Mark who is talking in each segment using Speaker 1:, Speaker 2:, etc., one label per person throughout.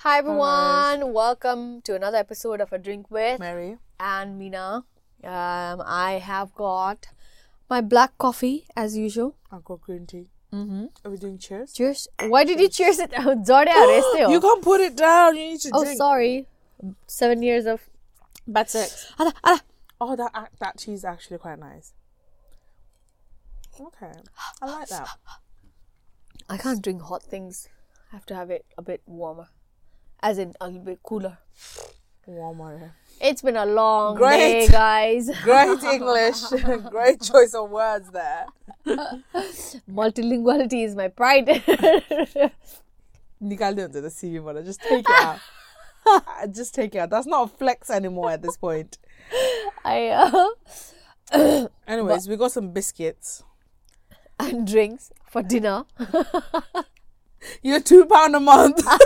Speaker 1: Hi everyone, welcome to another episode of A Drink With
Speaker 2: Mary.
Speaker 1: and Mina. Um, I have got my black coffee as usual.
Speaker 2: I've got green tea.
Speaker 1: Mm-hmm.
Speaker 2: Are we doing cheers?
Speaker 1: Cheers. Why did you cheers it out? Zorde arreste ho.
Speaker 2: You can't put it down. You need to
Speaker 1: Oh,
Speaker 2: drink.
Speaker 1: sorry. Seven years of.
Speaker 2: That's it.
Speaker 1: Ada, ada.
Speaker 2: Oh, that ac- that tea is actually quite nice. Okay, I like that.
Speaker 1: I can't drink hot things. I have to have it a bit warmer, as in a little bit cooler.
Speaker 2: Warmer.
Speaker 1: It's been a long
Speaker 2: Great.
Speaker 1: day, guys.
Speaker 2: Great English. Great choice of words there.
Speaker 1: Multilinguality is my pride.
Speaker 2: Nickelodeon did a CV model. Just take it out. Uh, Just take it out. That's not a flex anymore at this point.
Speaker 1: I uh,
Speaker 2: Anyways, we got some biscuits.
Speaker 1: and drinks for dinner.
Speaker 2: You're two pound a month.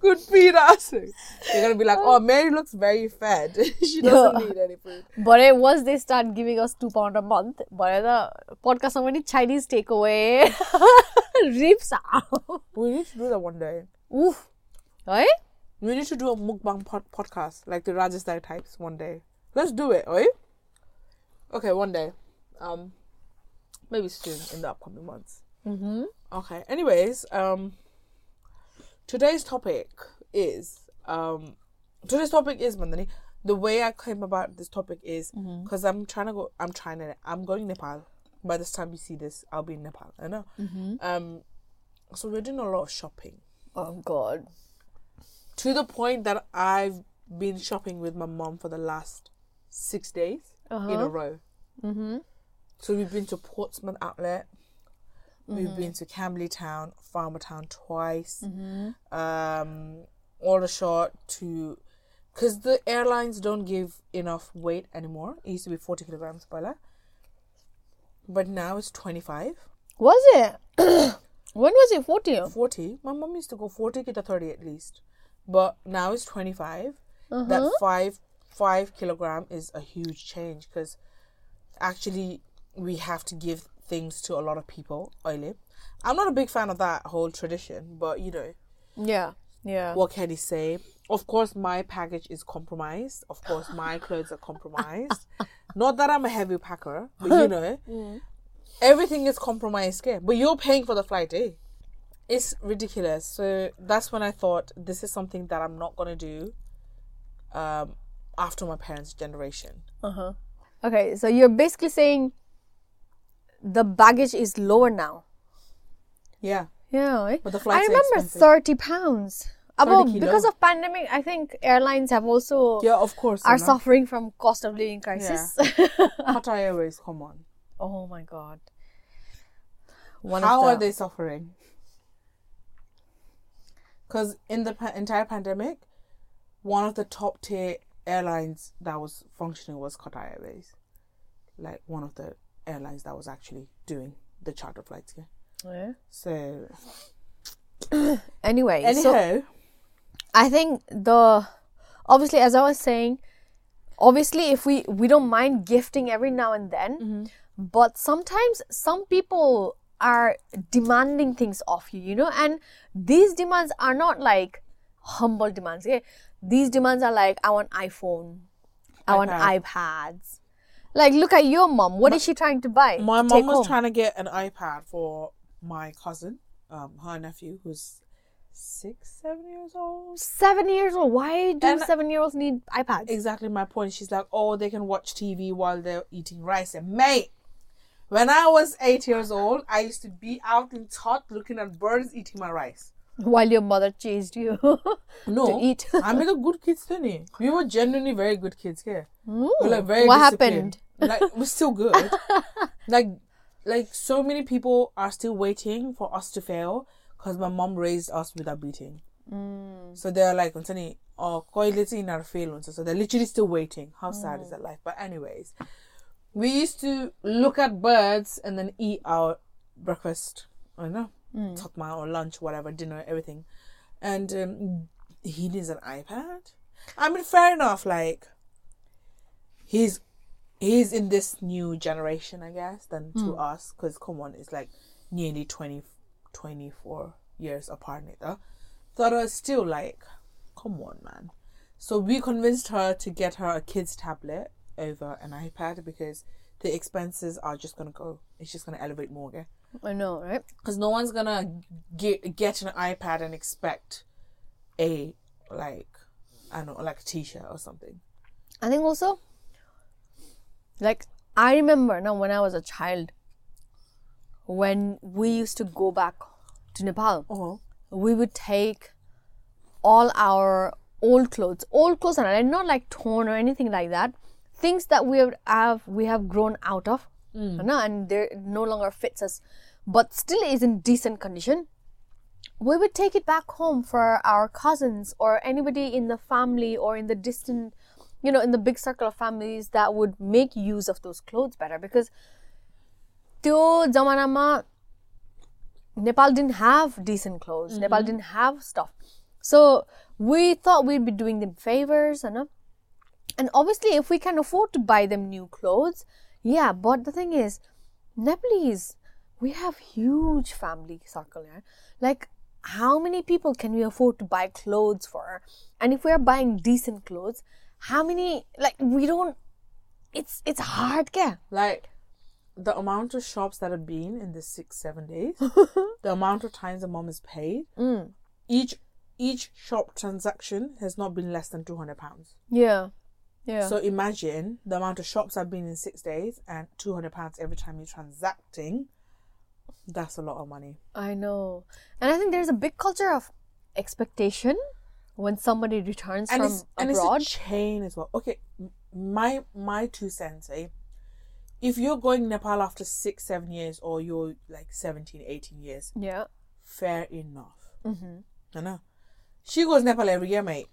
Speaker 2: Good feed us. You're gonna be like, oh, Mary looks very fed. she doesn't need any food.
Speaker 1: But it, once they start giving us two pound a month, but the podcast so many Chinese takeaway rips out.
Speaker 2: We need to do that one day.
Speaker 1: Oof. Oi?
Speaker 2: We need to do a mukbang pod- podcast like the Rajasthan types one day. Let's do it, oi? Okay, one day. Um, maybe soon in the upcoming months.
Speaker 1: Mm-hmm.
Speaker 2: Okay. Anyways, um, today's topic is um, today's topic is Mandani. The way I came about this topic is because I'm trying to go. I'm trying to. I'm going Nepal. By this time you see this, I'll be in Nepal. I know. Um, so we're doing a lot of shopping
Speaker 1: Oh god.
Speaker 2: to the point that I've been shopping with my mom for the last six days in a row.
Speaker 1: Mm-hmm.
Speaker 2: So we've been to Portsmouth Outlet. We've been to Camberley Town, Farmer Town twice. Um, Aldershot to, because the airlines don't give enough weight anymore. It used to be forty kilograms, spoiler, but now it's 25.
Speaker 1: Was it? when was it 40?
Speaker 2: 40. My mom used to go forty to thirty at least, but now it's twenty That five five kilogram is a huge change because actually we have to give things to a lot of people. Oily. I'm not a big fan of that whole tradition, but you know
Speaker 1: Yeah. Yeah.
Speaker 2: what can he say? Of course, my package is compromised. Of course, my clothes are compromised. Not that I'm a heavy packer, but you know, everything is compromised here. But you're paying for the flight, eh? It's ridiculous. So that's when I thought this is something that I'm not gonna do. Um, after my parents' generation,
Speaker 1: Uh-huh. Okay, so you're basically saying the baggage is lower now.
Speaker 2: yeah,
Speaker 1: Yeah, right?
Speaker 2: But the
Speaker 1: I
Speaker 2: flights are
Speaker 1: remember
Speaker 2: expensive.
Speaker 1: thirty pounds. About
Speaker 2: 30 kilo.
Speaker 1: because of pandemic, I think airlines have also
Speaker 2: yeah, of course.
Speaker 1: are
Speaker 2: Anna.
Speaker 1: suffering from cost of living crisis.
Speaker 2: Qatar Airways, come on,
Speaker 1: oh my god! One
Speaker 2: how
Speaker 1: of
Speaker 2: are
Speaker 1: the-
Speaker 2: they suffering? Because in the pa- entire pandemic, one of the top tier airlines that was functioning was Qatar Airways, like one of the airlines that was actually doing the charter flights here.
Speaker 1: Yeah.
Speaker 2: So
Speaker 1: Anyway,
Speaker 2: anyhow,
Speaker 1: so I think the obviously as I was saying, obviously if we we don't mind gifting every now and then,
Speaker 2: Mm-hmm.
Speaker 1: but sometimes some people are demanding things of you, you know, and these demands are not like humble demands. Okay? These demands are like I want iPhone, I want
Speaker 2: iPad.
Speaker 1: iPads. Like look at your mom. What is she trying to buy?
Speaker 2: my
Speaker 1: to
Speaker 2: mom
Speaker 1: take
Speaker 2: was
Speaker 1: home?
Speaker 2: trying to get an iPad for my cousin, um, her nephew, who's six, seven years old.
Speaker 1: seven years old. Why do
Speaker 2: And-
Speaker 1: seven year olds need iPads?
Speaker 2: exactly my point. She's like, oh, they can watch TV while they're eating rice. And mate, when I was eight years old, I used to be out in tot looking at birds eating my rice.
Speaker 1: While your mother chased you.
Speaker 2: No,
Speaker 1: To eat.
Speaker 2: I'm a good kids, Tony. We were genuinely very good kids here. We're like very
Speaker 1: what
Speaker 2: disciplined.
Speaker 1: happened?
Speaker 2: Like we're still good. like, like so many people are still waiting for us to fail because my mom raised us without beating.
Speaker 1: Mm.
Speaker 2: So they're like, Anthony, oh, koi little in our fail. So they're literally still waiting. How sad
Speaker 1: Mm.
Speaker 2: is that life? But anyways, we used to look at birds and then eat our breakfast. I don't know, mm. or lunch, whatever, dinner, everything. And um, he needs an iPad. I mean, fair enough. Like, he's he's in this new generation, I guess, than to us. Because come on, it's like nearly 20, 24 years apart. Neither. That are still like, come on, man. So we convinced her to get her a kid's tablet over an iPad because the expenses are just gonna go. It's just gonna elevate more. Yeah?
Speaker 1: I know, right?
Speaker 2: because no one's gonna get get an iPad and expect a like I don't know like a T-shirt or something.
Speaker 1: I think also, like, I remember now when I was a child, when we used to go back to Nepal,
Speaker 2: Oh,
Speaker 1: we would take all our old clothes, old clothes, and I- not like torn or anything like that, things that we would have we have grown out of, no, and they no longer fits us, but still is in decent condition. We would take it back home for our cousins or anybody in the family or in the distant, you know, in the big circle of families that would make use of those clothes better because त्यो जमानामा Nepal didn't have decent clothes. Nepal didn't have stuff. So we thought we'd be doing them favors, you know. And obviously, if we can afford to buy them new clothes, yeah. But the thing is, Nepalese, we have huge family circle. Yeah? Like, how many people can we afford to buy clothes for? And if we are buying decent clothes, how many? Like, we don't. It's it's hard, yeah.
Speaker 2: like the amount of shops that have been in the six seven days, the amount of times the mom is paid.
Speaker 1: Mm.
Speaker 2: Each each shop transaction has not been less than two hundred pounds.
Speaker 1: Yeah, yeah.
Speaker 2: So imagine the amount of shops I've been in six days and two hundred pounds every time you're transacting. That's a lot of money.
Speaker 1: I know. And I think there's a big culture of expectation when somebody returns
Speaker 2: and
Speaker 1: from
Speaker 2: it's, and it's
Speaker 1: abroad.
Speaker 2: a chain as well. Okay, m- my my two cents, eh? If you're going Nepal after six, seven years, or you're like 17, 18 years,
Speaker 1: yeah.
Speaker 2: fair enough. Mm-hmm. I know. She goes Nepal every year, mate.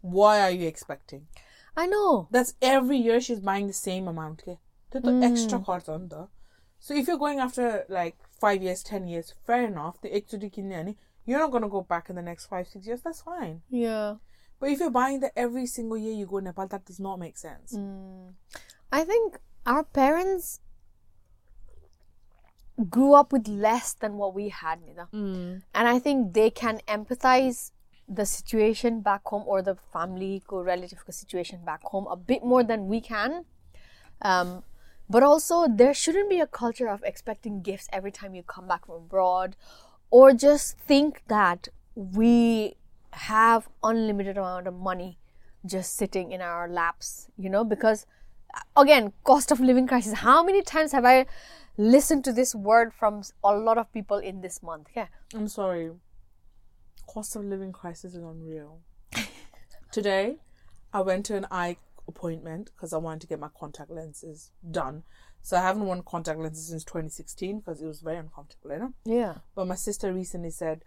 Speaker 2: Why are you expecting?
Speaker 1: I know.
Speaker 2: That's every year she's buying the same amount. Okay? The the extra cards on the. So if you're going after like five years, ten years, fair enough. The extra dikinyani, you're not gonna go back in the next five, six years. That's fine.
Speaker 1: Yeah.
Speaker 2: But if you're buying that every single year you go Nepal, that does not make sense.
Speaker 1: I think our parents grew up with less than what we had, Nida.
Speaker 2: Mm.
Speaker 1: And I think they can empathize the situation back home or the family or relative ko situation back home a bit more than we can. Um, but also, there shouldn't be a culture of expecting gifts every time you come back from abroad or just think that we have unlimited amount of money just sitting in our laps, you know, because uh, again, cost of living crisis. How many times have I listened to this word from a lot of people in this month? Yeah.
Speaker 2: I'm sorry. Cost of living crisis is unreal. Today, I went to an eye appointment because I wanted to get my contact lenses done. So I haven't worn contact lenses since 2016 because it was very uncomfortable, you know.
Speaker 1: Yeah.
Speaker 2: But my sister recently said,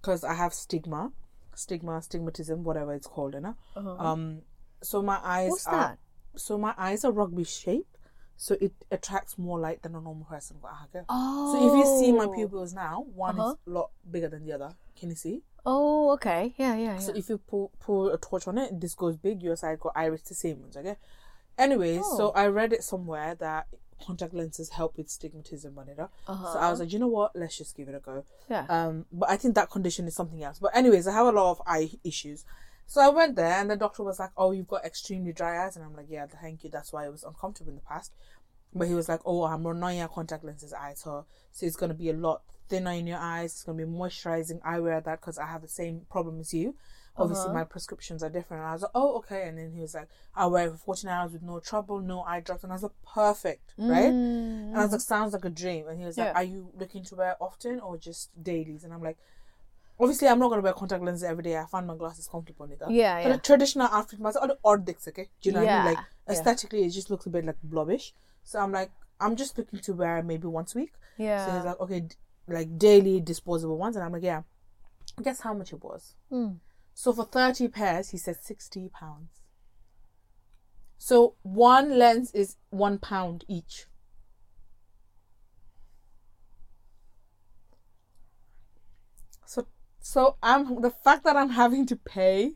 Speaker 2: because I have stigma, stigma, stigmatism, whatever it's called, you know. Um, so my eyes
Speaker 1: Uh-huh. What's
Speaker 2: are
Speaker 1: that?
Speaker 2: so my eyes are rugby shaped, so it attracts more light than a normal person. got, okay?
Speaker 1: Oh. Uh-huh.
Speaker 2: So if you see my pupils now, one is a lot bigger than the other. Can you see?
Speaker 1: Oh, okay. Yeah, yeah, yeah.
Speaker 2: So if you pull pull a torch on it, this goes big. Your side got iris the same ones. Okay. Anyway,
Speaker 1: Oh.
Speaker 2: so I read it somewhere that contact lenses help with stigmatism, whatever. So
Speaker 1: Uh-huh.
Speaker 2: I was like, you know what? Let's just give it a go.
Speaker 1: Yeah.
Speaker 2: Um, but I think that condition is something else. But anyways, I have a lot of eye issues. So I went there, and the doctor was like, "Oh, you've got extremely dry eyes," and I'm like, "Yeah, thank you. That's why it was uncomfortable in the past." But he was like, "Oh, I'm not your contact lenses eye, so so it's gonna be a lot thinner in your eyes. It's gonna be moisturizing. I wear that because I have the same problem as you. Obviously,
Speaker 1: Uh-huh.
Speaker 2: my prescriptions are different." And I was like, "Oh, okay." And then he was like, "I wear it for 14 hours with no trouble, no eye drops," and I was like, "Perfect, right?" And I was like, "Sounds like a dream." And he was like,
Speaker 1: Mm. Yeah.
Speaker 2: "Are you looking to wear often or just dailies?" And I'm like. Obviously, I'm not gonna wear contact lenses every day. I find my glasses comfortable in it.
Speaker 1: Yeah,
Speaker 2: But
Speaker 1: yeah.
Speaker 2: a traditional outfit, myself, all the odd dicks, okay? Do you know what I mean?
Speaker 1: Yeah,
Speaker 2: Like
Speaker 1: yeah.
Speaker 2: aesthetically, it just looks a bit like blobbish. So I'm like, I'm just looking to wear maybe once a week. So
Speaker 1: Yeah.
Speaker 2: he's like, okay, d- like daily disposable ones, and I'm like, yeah. Guess how much it was? So for thirty pairs, he said sixty pounds. So one lens is one pound each. So so I'm the fact that I'm having to pay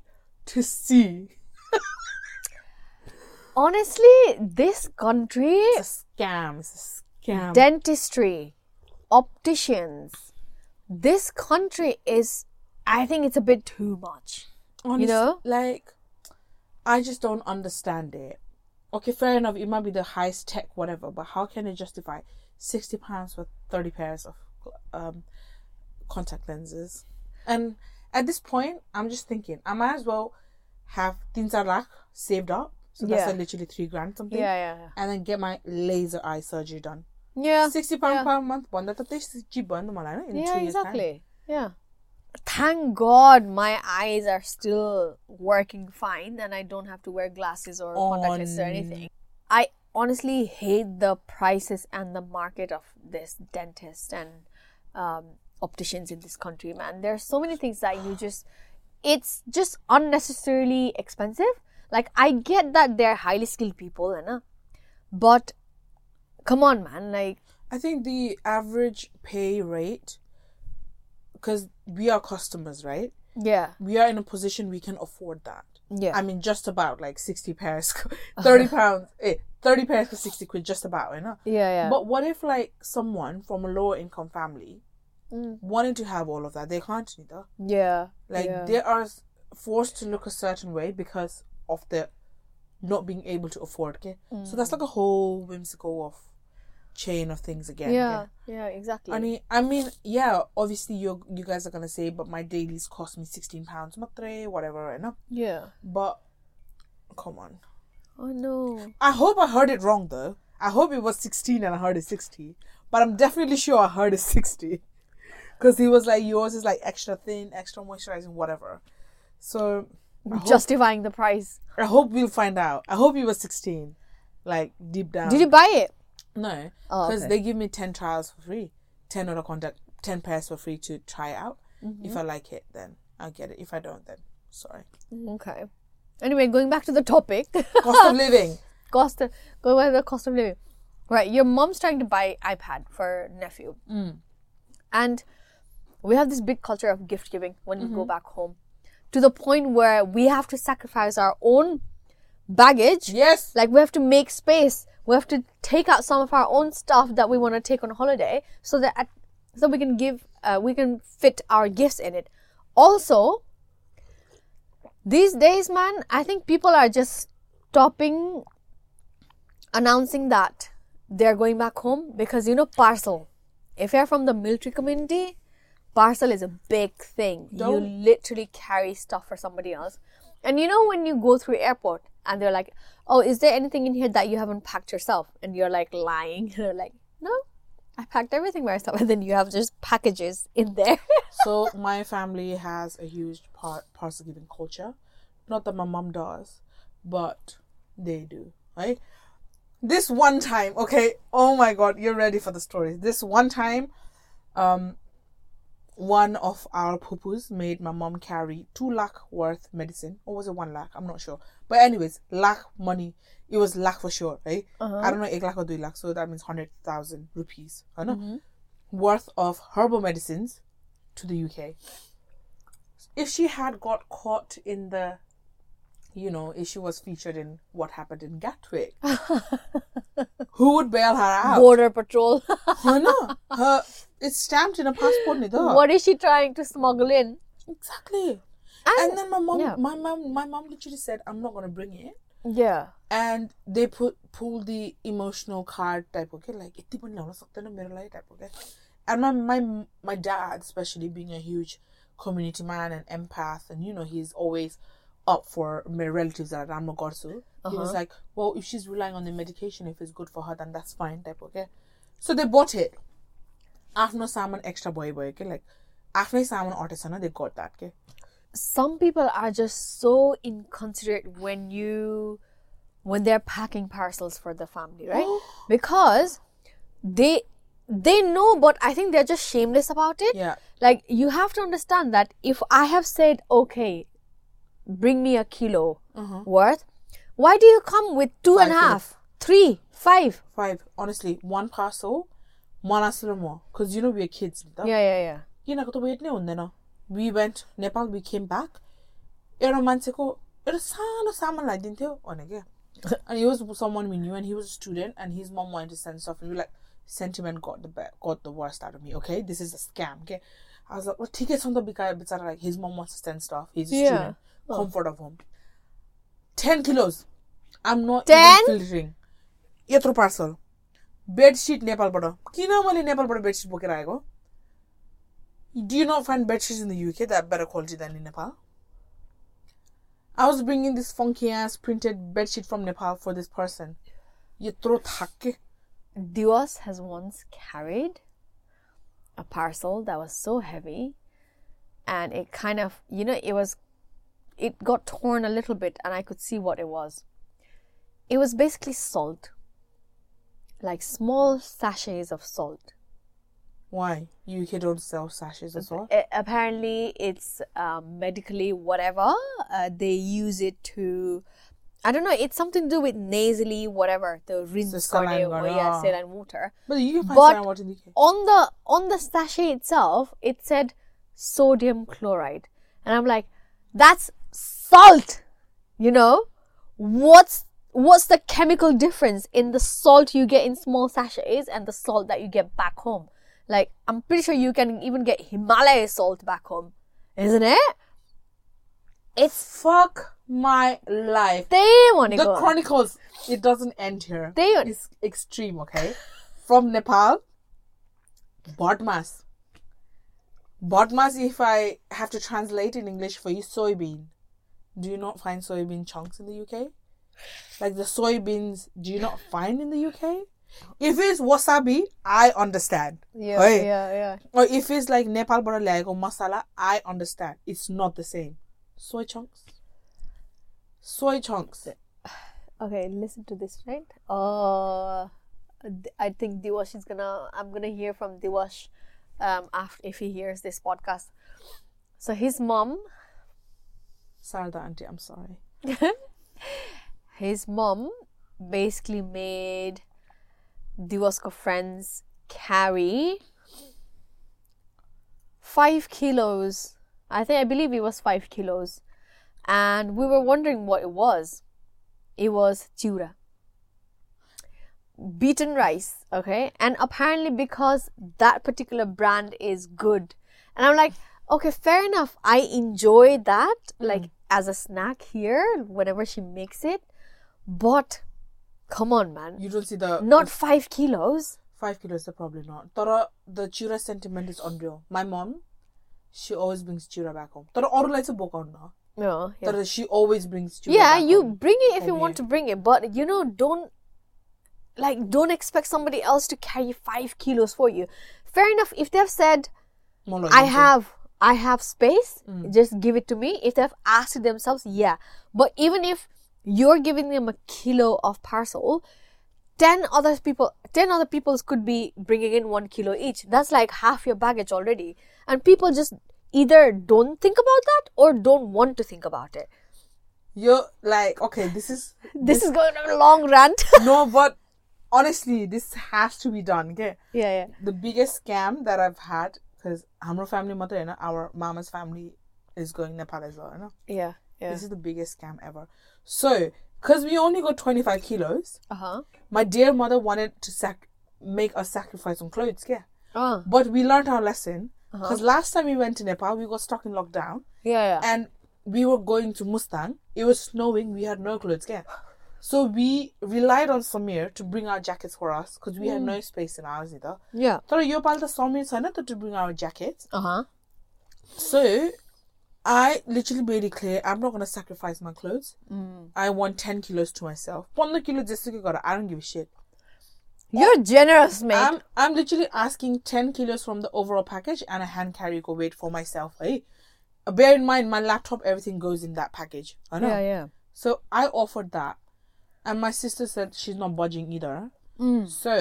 Speaker 2: to see
Speaker 1: Honestly, this country,
Speaker 2: It's a scam. It's a scam.
Speaker 1: dentistry, opticians, this country is, I think it's a bit too much.
Speaker 2: Honest-
Speaker 1: know?
Speaker 2: like I just don't understand it. Okay, fair enough. It might be the highest tech, whatever, but how can they justify sixty pounds for thirty pairs of um, contact lenses? And at this point, I'm just thinking I might as well have things I lack saved up. So that's
Speaker 1: Yeah.
Speaker 2: like literally three grand something.
Speaker 1: yeah, yeah.
Speaker 2: And then get my laser eye surgery done.
Speaker 1: Yeah,
Speaker 2: Sixty pound per month, one that is cheap one, in two
Speaker 1: yeah,
Speaker 2: years' time.
Speaker 1: exactly. Yeah. Thank God my eyes are still working fine and I don't have to wear glasses or contact lenses or
Speaker 2: On-
Speaker 1: anything. I honestly hate the prices and the market of this dentist and um, opticians in this country, man. There are so many things that you just, it's just unnecessarily expensive. Like, I get that they're highly skilled people, Anna, but come on, man. Like,
Speaker 2: I think the average pay rate, because we are customers, right?
Speaker 1: yeah.
Speaker 2: We are in a position we can afford that.
Speaker 1: Yeah.
Speaker 2: I mean, just about like 60 pairs, 30 pounds, eh, 30 pairs for 60 quid, just about, you know?
Speaker 1: yeah, yeah.
Speaker 2: But what if, like, someone from a lower income family
Speaker 1: Mm.
Speaker 2: wanted to have all of that? They can't either.
Speaker 1: yeah.
Speaker 2: Like,
Speaker 1: yeah.
Speaker 2: they are s- forced to look a certain way because of the not being able to afford, okay?
Speaker 1: Mm.
Speaker 2: So that's like a whole whimsical of chain of things again. okay?
Speaker 1: Yeah, yeah, exactly.
Speaker 2: I mean, I mean, yeah. Obviously, you you guys are gonna say, but my dailies cost me sixteen pounds, matre, whatever, and
Speaker 1: yeah.
Speaker 2: But come on,
Speaker 1: Oh no.
Speaker 2: I hope I heard it wrong though. I hope it was sixteen and I heard it sixty, but I'm definitely sure I heard it sixty, because he was like yours is like extra thin, extra moisturizing, whatever. So I hope,
Speaker 1: Justifying the price.
Speaker 2: I hope we'll find out. I hope it was sixteen, like deep down.
Speaker 1: Did you buy it?
Speaker 2: No,
Speaker 1: Oh,
Speaker 2: because
Speaker 1: okay.
Speaker 2: they give me ten trials for free, ten other contact, ten pairs for free to try out.
Speaker 1: Mm-hmm.
Speaker 2: If I like it, then I'll get it. If I don't, then sorry.
Speaker 1: Okay. Anyway, going back to the topic,
Speaker 2: Cost of living.
Speaker 1: cost of, going back to the cost of living. Right, your mom's trying to buy iPad for nephew, and we have this big culture of gift giving when we go back home, to the point where we have to sacrifice our own baggage.
Speaker 2: Yes.
Speaker 1: Like we have to make space. We have to take out some of our own stuff that we want to take on holiday, so that at, so we can give uh, we can fit our gifts in it. Also, these days, man, I think people are just stopping announcing that they're going back home because you know parcel. If you're from the military community, parcel is a big thing. You
Speaker 2: Don't-
Speaker 1: literally carry stuff for somebody else. And you know when you go through airport and they're like, "Oh, is there anything in here that you haven't packed yourself?" and you're like lying. they're like, "No, I packed everything by myself." And then you have just packages in there.
Speaker 2: so my family has a huge par- parcel giving culture. Not that my mum does, but they do. Right. This one time, okay. Oh my God, you're ready for the story. This one time, um, one of our pupus made my mom carry two lakh worth medicine, or was it one lakh? I'm not sure. But anyways, lakh money. It was lakh for sure, right? I don't know eight lakh or two lakh, so that means hundred thousand rupees. I know worth of herbal medicines to the UK. If she had got caught in the, you know, if she was featured in what happened in Gatwick, who would bail her out?
Speaker 1: Border patrol.
Speaker 2: Her no, her it's stamped in a passport, neither.
Speaker 1: what is she trying to smuggle in?
Speaker 2: exactly?
Speaker 1: And-
Speaker 2: And, then my mom,
Speaker 1: Oh, yeah.
Speaker 2: my mom, my mom literally said, "I'm not gonna bring it."
Speaker 1: Yeah.
Speaker 2: And they put pull the emotional card type, okay, like "Itti bani naula sakta na mera lai" type, okay. And my my my dad, especially being a huge community man and empath, and you know he's always up for my relatives that I'm not got to. He was like, "Well, if she's relying on the medication, if it's good for her, then that's fine." Type, okay. So they bought it. आफ्नो सामान extra भयो भयो कि like आफ्नै सामान अटेछ न they got that के
Speaker 1: some people are just so inconsiderate when you when they're packing parcels for the family right
Speaker 2: Oh.
Speaker 1: because they they know but i think they're just shameless about it
Speaker 2: Yeah.
Speaker 1: like you have to understand that if i have said okay bring me a kilo worth why do you come with two and a
Speaker 2: Uh-huh. Five kilo.
Speaker 1: half, three, five?
Speaker 2: Five, honestly, one parcel, one asilo more. Because you know we're kids. नि त।
Speaker 1: yeah yeah yeah
Speaker 2: किन कता weight नै हुँदैन we went Nepal we came back एउटा मान्छेको एउटा सानो सामान लगाइदिन्थ्यो भने क्या Oh, and he was someone we knew, and he was a student, and his mom wanted to send stuff, and we were like, sentiment got the be- got the worst out of me. Okay, this is a scam. Okay, I was like, well, take it from the bikaya bitsara. Like his mom wants to send stuff. He's a
Speaker 1: Yeah. Oh.
Speaker 2: student. Comfort of home. Ten kilos. I'm not
Speaker 1: 10?
Speaker 2: even filtering. यत्रो parcel bedsheet नेपालबाट किन मैले नेपालबाट bedsheet बोकेर आएको do you not find bedsheet in the UK that better quality than in Nepal I was bringing this funky ass printed bedsheet from Nepal for this person. यत्रो थाके
Speaker 1: Duos has once carried a parcel that was so heavy and it kind of, you know, it was, it got torn a little bit and I could see what it was. It was basically salt, like small sachets of salt.
Speaker 2: Why? UK don't sell sashes as well.
Speaker 1: A- apparently, it's um, medically whatever. Uh, they use it to, I don't know, it's something to do with nasally whatever, the rinse
Speaker 2: saline
Speaker 1: or yeah,
Speaker 2: gonorrhea.
Speaker 1: saline water.
Speaker 2: But you can find
Speaker 1: But-
Speaker 2: saline water in the UK.
Speaker 1: on the on the sachet itself it said sodium chloride and i'm like that's salt you know what's what's the chemical difference in the salt you get in small sachets and the salt that you get back home like i'm pretty sure you can even get himalaya salt back home isn't it it's
Speaker 2: Fuck my life.
Speaker 1: they want to
Speaker 2: The
Speaker 1: go
Speaker 2: Chronicles. It doesn't end here.
Speaker 1: they
Speaker 2: It's extreme, okay? From Nepal, Bodmas. Bodmas, if I have to translate in English for you, soybean. Do you not find soybean chunks in the UK? Like the soybeans, do you not find in the UK? If it's wasabi, I understand.
Speaker 1: yeah
Speaker 2: Hey.
Speaker 1: yeah yeah
Speaker 2: Or if it's like Nepal butter leg or masala, I understand. It's not the same. Soy chunks. Soy chunks.
Speaker 1: Okay, listen to this, right? Uh, th- I think Diwash is gonna. I'm gonna hear from Diwash um, after if he hears this podcast. So his mom,
Speaker 2: Sarada auntie, I'm sorry.
Speaker 1: his mom, basically made Diwash's friends carry five kilos. I think I believe it was five kilos, and we were wondering what it was. It was chura. beaten rice, okay? And apparently because that particular brand is good. And I'm like, okay, fair enough. I enjoy that like as a snack here whenever she makes it. But come on, man.
Speaker 2: You don't see the
Speaker 1: Not 5 kilos.
Speaker 2: five kilos, they're probably not. Tara, the chura sentiment is unreal. My mom, she always brings chura back home. Tara, or like a
Speaker 1: No. Yeah.
Speaker 2: Tara, she always brings chura.
Speaker 1: Yeah,
Speaker 2: back
Speaker 1: you
Speaker 2: home.
Speaker 1: bring it if
Speaker 2: for
Speaker 1: you want
Speaker 2: me.
Speaker 1: to bring it, but you know, don't like don't expect somebody else to carry 5 kilos for you. Fair enough if they've said
Speaker 2: More like
Speaker 1: I
Speaker 2: you.
Speaker 1: have I have space. Just give it to me. If they've asked it themselves, yeah. But even if you're giving them a kilo of parcel, ten other people, ten other people could be bringing in one kilo each. That's like half your baggage already. And people just either don't think about that or don't want to think about it.
Speaker 2: You're like, okay, this is.
Speaker 1: This, is going on a long rant.
Speaker 2: no, but honestly, this has to be done, okay?
Speaker 1: yeah, yeah.
Speaker 2: the biggest scam that I've had because Hamro family mother, you know, our mama's family is going Nepal as well, you know.
Speaker 1: Yeah. Yeah.
Speaker 2: This is the biggest scam ever. So, because we only got 25 kilos,
Speaker 1: Uh huh.
Speaker 2: my dear mother wanted to sac- make us sacrifice on clothes, yeah.
Speaker 1: Oh.
Speaker 2: But we learned our lesson because last time we went to Nepal, we got stuck in lockdown
Speaker 1: Yeah, yeah.
Speaker 2: and we were going to Mustang. It was snowing. We had no clothes. Yeah. So we relied on Samir to bring our jackets for us because we had no space in ours either.
Speaker 1: Yeah.
Speaker 2: तर यो पालि त समीर छैन त to bring our jacket
Speaker 1: Uh huh.
Speaker 2: So I literally मेरी clear I'm not गर्न sacrifice my cloth I want ten kilos to myself पन्ध्र kilo जस्तो कि गर I don't give set
Speaker 1: You're generous, mate.
Speaker 2: I'm I'm literally asking 10 kilos from the overall package and a hand carry go weight for myself. Eh? Bear in mind, my laptop, everything goes in that package. I know.
Speaker 1: yeah, yeah.
Speaker 2: So I offered that, and my sister said she's not budging either.
Speaker 1: Mm.
Speaker 2: So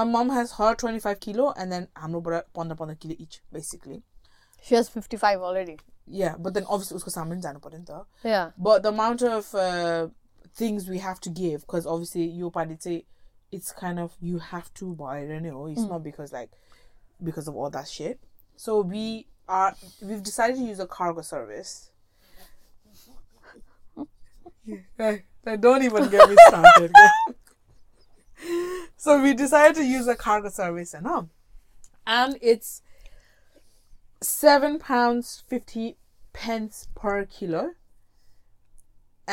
Speaker 2: my mom has her 25 kilo, and then हाम्रो बडा 15 15 kilo each, basically.
Speaker 1: She has 55 already.
Speaker 2: Yeah, but then obviously उसको सामान जानु पर्यो नि त
Speaker 1: Yeah.
Speaker 2: but the amount of uh, things we have to give because obviously you say it's kind of you have to buy it anyway it's not because like because of all that shit so we are we've decided to use a cargo service like Like, don't even get me started. so we decided to use a cargo service and um, and it's seven pounds fifty pence per kilo,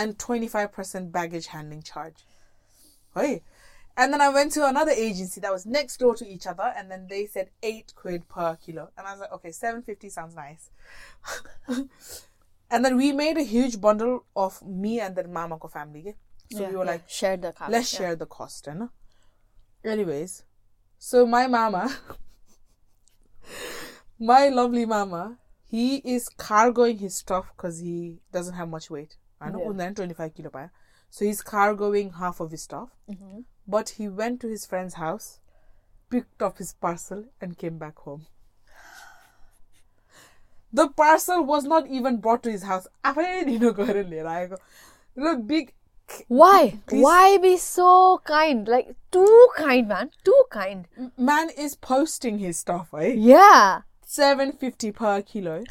Speaker 2: and twenty five percent baggage handling charge. Hey. And then I went to another agency that was next door to each other, and then they said eight quid per kilo, and I was like, okay, seven fifty sounds nice. and then we made a huge bundle of me and the Mamako family.
Speaker 1: Yeah,
Speaker 2: So we were
Speaker 1: yeah.
Speaker 2: like,
Speaker 1: share the car.
Speaker 2: let's share the cost, and anyways, so my mama, my lovely mama, he is cargoing his stuff because he doesn't have much weight. I know,
Speaker 1: Yeah.
Speaker 2: yeah. 25 kilo pa. So he's cargoing half of his stuff. But he went to his friend's house, picked up his parcel, and came back home. The parcel was not even brought to his house. Apparently, no go and later. I go, look, big.
Speaker 1: Why?
Speaker 2: Please-
Speaker 1: Why be so kind? Like too kind, man. Too kind.
Speaker 2: Man is posting his stuff, eh?
Speaker 1: Yeah.
Speaker 2: Seven fifty per kilo.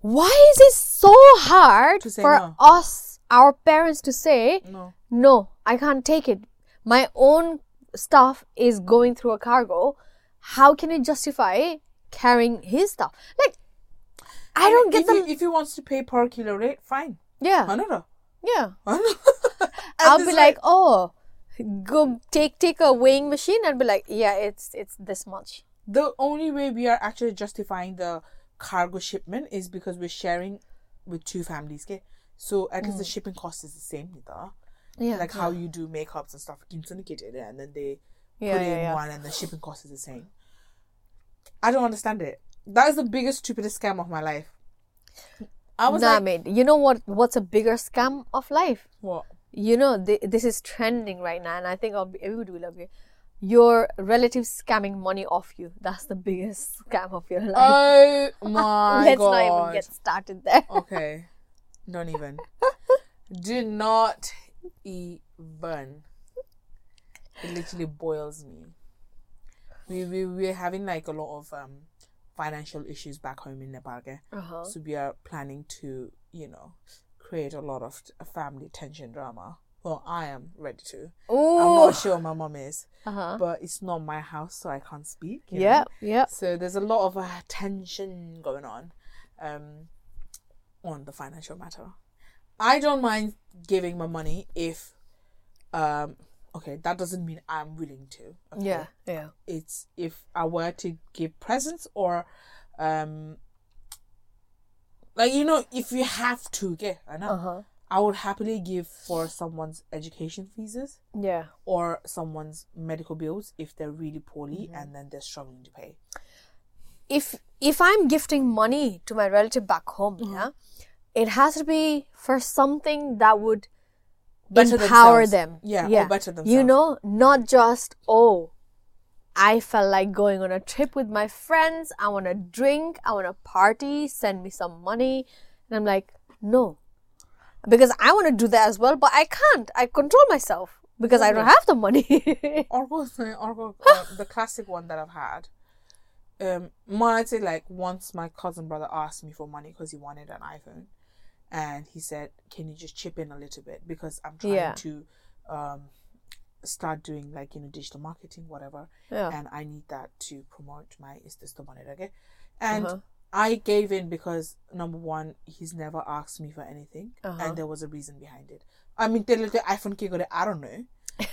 Speaker 1: Why is it so hard
Speaker 2: To say
Speaker 1: for
Speaker 2: no.
Speaker 1: us, our parents, to say
Speaker 2: No.
Speaker 1: no? I can't take it. My own stuff is going through a cargo. How can you justify carrying his stuff? Like, I don't get
Speaker 2: if he-
Speaker 1: the
Speaker 2: if he wants to pay per kilo rate, fine.
Speaker 1: yeah,
Speaker 2: Another.
Speaker 1: yeah.
Speaker 2: I'll
Speaker 1: I'll be like, oh, go take take a weighing machine and be like, yeah, it's it's this much.
Speaker 2: the only way we are actually justifying the cargo shipment is because we're sharing with two families, okay? So at least the shipping cost is the same, nida.
Speaker 1: Yeah,
Speaker 2: Like how you do makeups and stuff, you syndicate it and then they
Speaker 1: yeah,
Speaker 2: put
Speaker 1: yeah,
Speaker 2: in
Speaker 1: yeah.
Speaker 2: one and the shipping cost is the same. I don't understand it. That is the biggest, stupidest scam of my life. I was
Speaker 1: nah,
Speaker 2: like,
Speaker 1: mate. You know what? What's a bigger scam of life?
Speaker 2: what?
Speaker 1: You know, th- this is trending right now, and I think I'll be- everybody will agree. Your relatives scamming money off you. That's the biggest scam of your life.
Speaker 2: Oh my Oh,
Speaker 1: Let's
Speaker 2: god.
Speaker 1: not even get started there.
Speaker 2: okay. Don't even. Do not even. It literally boils me. We we we're having like a lot of um financial issues back home in Nepal. Okay?
Speaker 1: Uh-huh.
Speaker 2: So we are planning to, you know, create a lot of t- family tension drama. Well, I am ready to. I'm
Speaker 1: Ooh.
Speaker 2: not sure my mom is,
Speaker 1: Uh-huh.
Speaker 2: but it's not my house, so I can't speak. you know?
Speaker 1: Yeah, yeah.
Speaker 2: So there's a lot of uh, tension going on um, on the financial matter. I don't mind giving my money if, um, okay, that doesn't mean I'm willing to. Okay?
Speaker 1: Yeah, yeah.
Speaker 2: It's if I were to give presents or, um, like, you know, if you have to, get, I know.
Speaker 1: Uh-huh.
Speaker 2: I would happily give for someone's education fees
Speaker 1: Yeah.
Speaker 2: or someone's medical bills if they're really
Speaker 1: Mm-hmm.
Speaker 2: poorly and then they're struggling to pay.
Speaker 1: if if I'm gifting money to my relative back home,
Speaker 2: Mm-hmm.
Speaker 1: yeah, it has to be for something that would
Speaker 2: Better
Speaker 1: empower
Speaker 2: themselves.
Speaker 1: them.
Speaker 2: Yeah, or better
Speaker 1: You
Speaker 2: themselves.
Speaker 1: know, not just oh, I felt like going on a trip with my friends. I want to drink. I want to party. Send me some money, and I'm like, no, because I want to do that as well, but I can't. I control myself because I don't have the money.
Speaker 2: Orgo's Orgo, uh, the classic one that I've had. Um, mine, I'd say like once my cousin brother asked me for money because he wanted an iPhone, and he said, "Can you just chip in a little bit because I'm trying
Speaker 1: Yeah.
Speaker 2: to um, start doing like you know digital marketing, whatever,
Speaker 1: Yeah.
Speaker 2: and I need that to promote my is this the money okay?" And
Speaker 1: Uh-huh.
Speaker 2: I gave in because number one, he's never asked me for anything,
Speaker 1: Uh-huh.
Speaker 2: and there was a reason behind it. I mean, tell the iPhone ki kore, I don't know.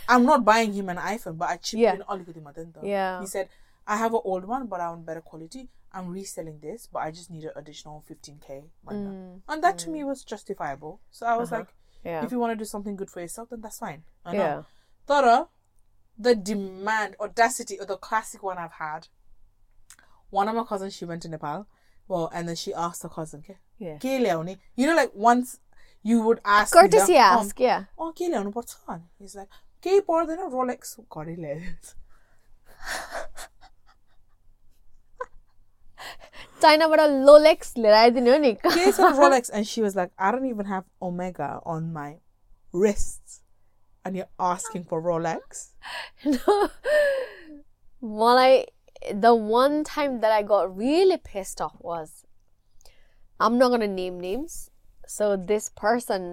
Speaker 2: I'm not buying him an iPhone, but I chipped
Speaker 1: Yeah.
Speaker 2: in all the matanta.
Speaker 1: Yeah.
Speaker 2: He said, I have an old one, but I want better quality. I'm reselling this, but I just need an additional 15k.
Speaker 1: Mm.
Speaker 2: matanta." And that to me was justifiable. So I was
Speaker 1: Uh-huh.
Speaker 2: like,
Speaker 1: yeah.
Speaker 2: if you want to do something good for yourself, then that's fine. I know.
Speaker 1: Yeah.
Speaker 2: Thorough, the demand, audacity, or the classic one I've had. One of my cousins, she went to Nepal. Well, and then she asked her cousin, "Ke-
Speaker 1: Yeah.
Speaker 2: ke ल्याउने?" You know, like once you would ask.
Speaker 1: Courtesy
Speaker 2: me the- um,
Speaker 1: ask. Yeah.
Speaker 2: Oh, ke ल्याउनु पर्छ भने? He's like, "Ke पर्दैन Rolex घडी ल्याएछ."
Speaker 1: चाइनाबाट लोलेक्स लिएर आइदिनु हो नि
Speaker 2: Ke is a Rolex, and she was like, "I don't even have Omega on my wrists, and you're asking for Rolex."
Speaker 1: मलाई the one time that I got really pissed off was I'm not gonna name names. So this person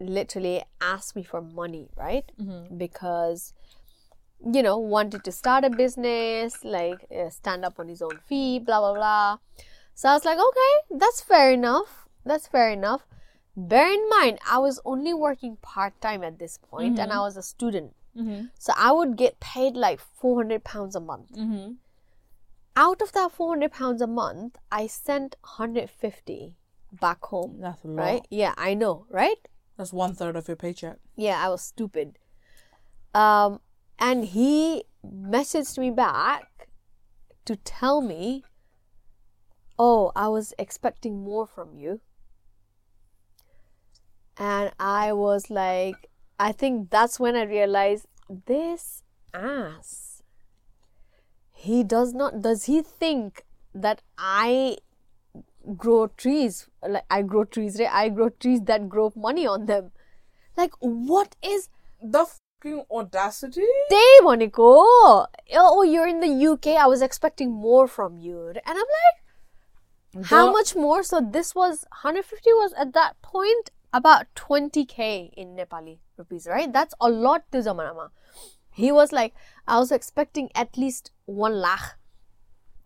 Speaker 1: literally asked me for money, right? Because you know wanted to start a business, like uh, stand up on his own feet, blah blah blah. So I was like, okay, that's fair enough. That's fair enough. Bear in mind, I was only working part time at this point and I was a student. So I would get paid like 400 pounds a month. Out of that 400 pounds a month, I sent 150 back home.
Speaker 2: That's a lot.
Speaker 1: Right? Yeah, I know, right?
Speaker 2: That's one third of your paycheck.
Speaker 1: Yeah, I was stupid. Um, and he messaged me back to tell me, "Oh, I was expecting more from you." And I was like, I think that's when I realized this ass. He does not. Does he think that I grow trees? Like I grow trees. right? I grow trees that grow money on them. Like what is
Speaker 2: The fucking audacity.
Speaker 1: day, Monaco. Oh, you're in the UK. I was expecting more from you. And I'm like, how
Speaker 2: The-
Speaker 1: much more? So this was 150 was at that point about 20k in Nepali rupees, right? That's a lot to Zamanama. He was like, I was expecting at least one lakh.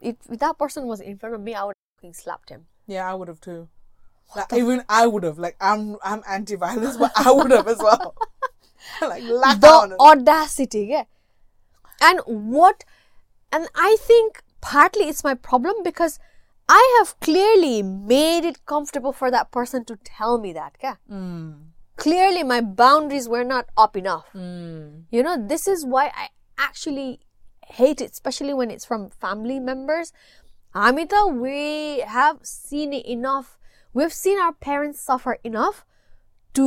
Speaker 1: If if that person was in front of me, I would have slapped him.
Speaker 2: Yeah, I would have too. Like, even I would have. Like I'm I'm anti violence, but I would have as well. like lack
Speaker 1: the
Speaker 2: on
Speaker 1: audacity yeah and what and i think partly it's my problem because i have clearly made it comfortable for that person to tell me that yeah clearly my boundaries were not up enough you know this is why i actually hate it especially when it's from family members amita we have seen it enough we've seen our parents suffer enough to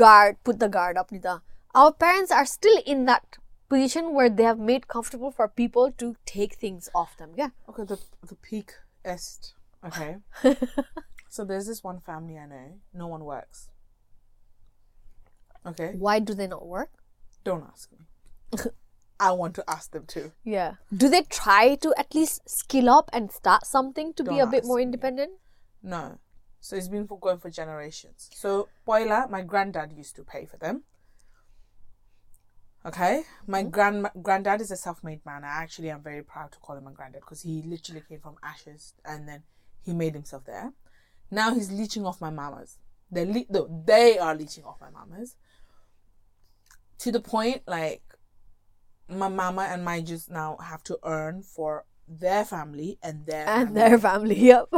Speaker 1: guard, put the guard up, Nita. Our parents are still in that position where they have made comfortable for people to take things off them. Yeah.
Speaker 2: Okay, the the peak est. Okay. so there's this one family I know. No one works. Okay.
Speaker 1: Why do they not work?
Speaker 2: Don't ask me. I want to ask them too.
Speaker 1: Yeah. Do they try to at least skill up and start something to be a
Speaker 2: Don't
Speaker 1: bit
Speaker 2: ask
Speaker 1: more
Speaker 2: me.
Speaker 1: independent?
Speaker 2: No. So it's been for going for generations. So Boiler, my granddad used to pay for them. Okay, my grand granddad is a self-made man. I actually am very proud to call him my granddad because he literally came from ashes and then he made himself there. Now he's leeching off my mamas. They le- no, they are leeching off my mamas to the point like my mama and mine just now have to earn for their family and their
Speaker 1: And
Speaker 2: family.
Speaker 1: their family. Yep.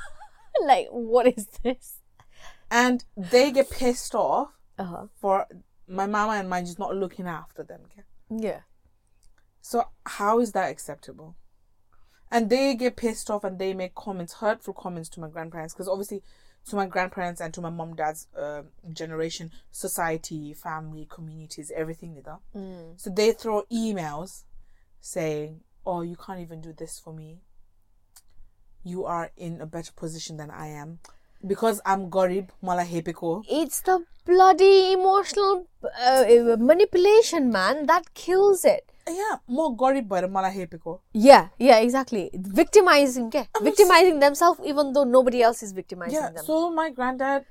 Speaker 1: like, what is this?
Speaker 2: and they get pissed off
Speaker 1: Uh huh.
Speaker 2: for my mama and mine just not looking after them. okay?
Speaker 1: Yeah.
Speaker 2: So how is that acceptable? And they get pissed off and they make comments, hurtful comments to my grandparents because obviously, to my grandparents and to my mom dad's um generation, society, family, communities, everything they do. So they throw emails saying, "Oh, you can't even do this for me. You are in a better position than I am." Because I'm gorib, mala hepiko.
Speaker 1: It's the bloody emotional uh, manipulation, man, that kills it.
Speaker 2: Yeah, more gorib but mala hepiko.
Speaker 1: Yeah, yeah, exactly. Victimizing, yeah. victimizing themselves even though nobody else is victimizing
Speaker 2: Oh, yeah
Speaker 1: them.
Speaker 2: so my granddad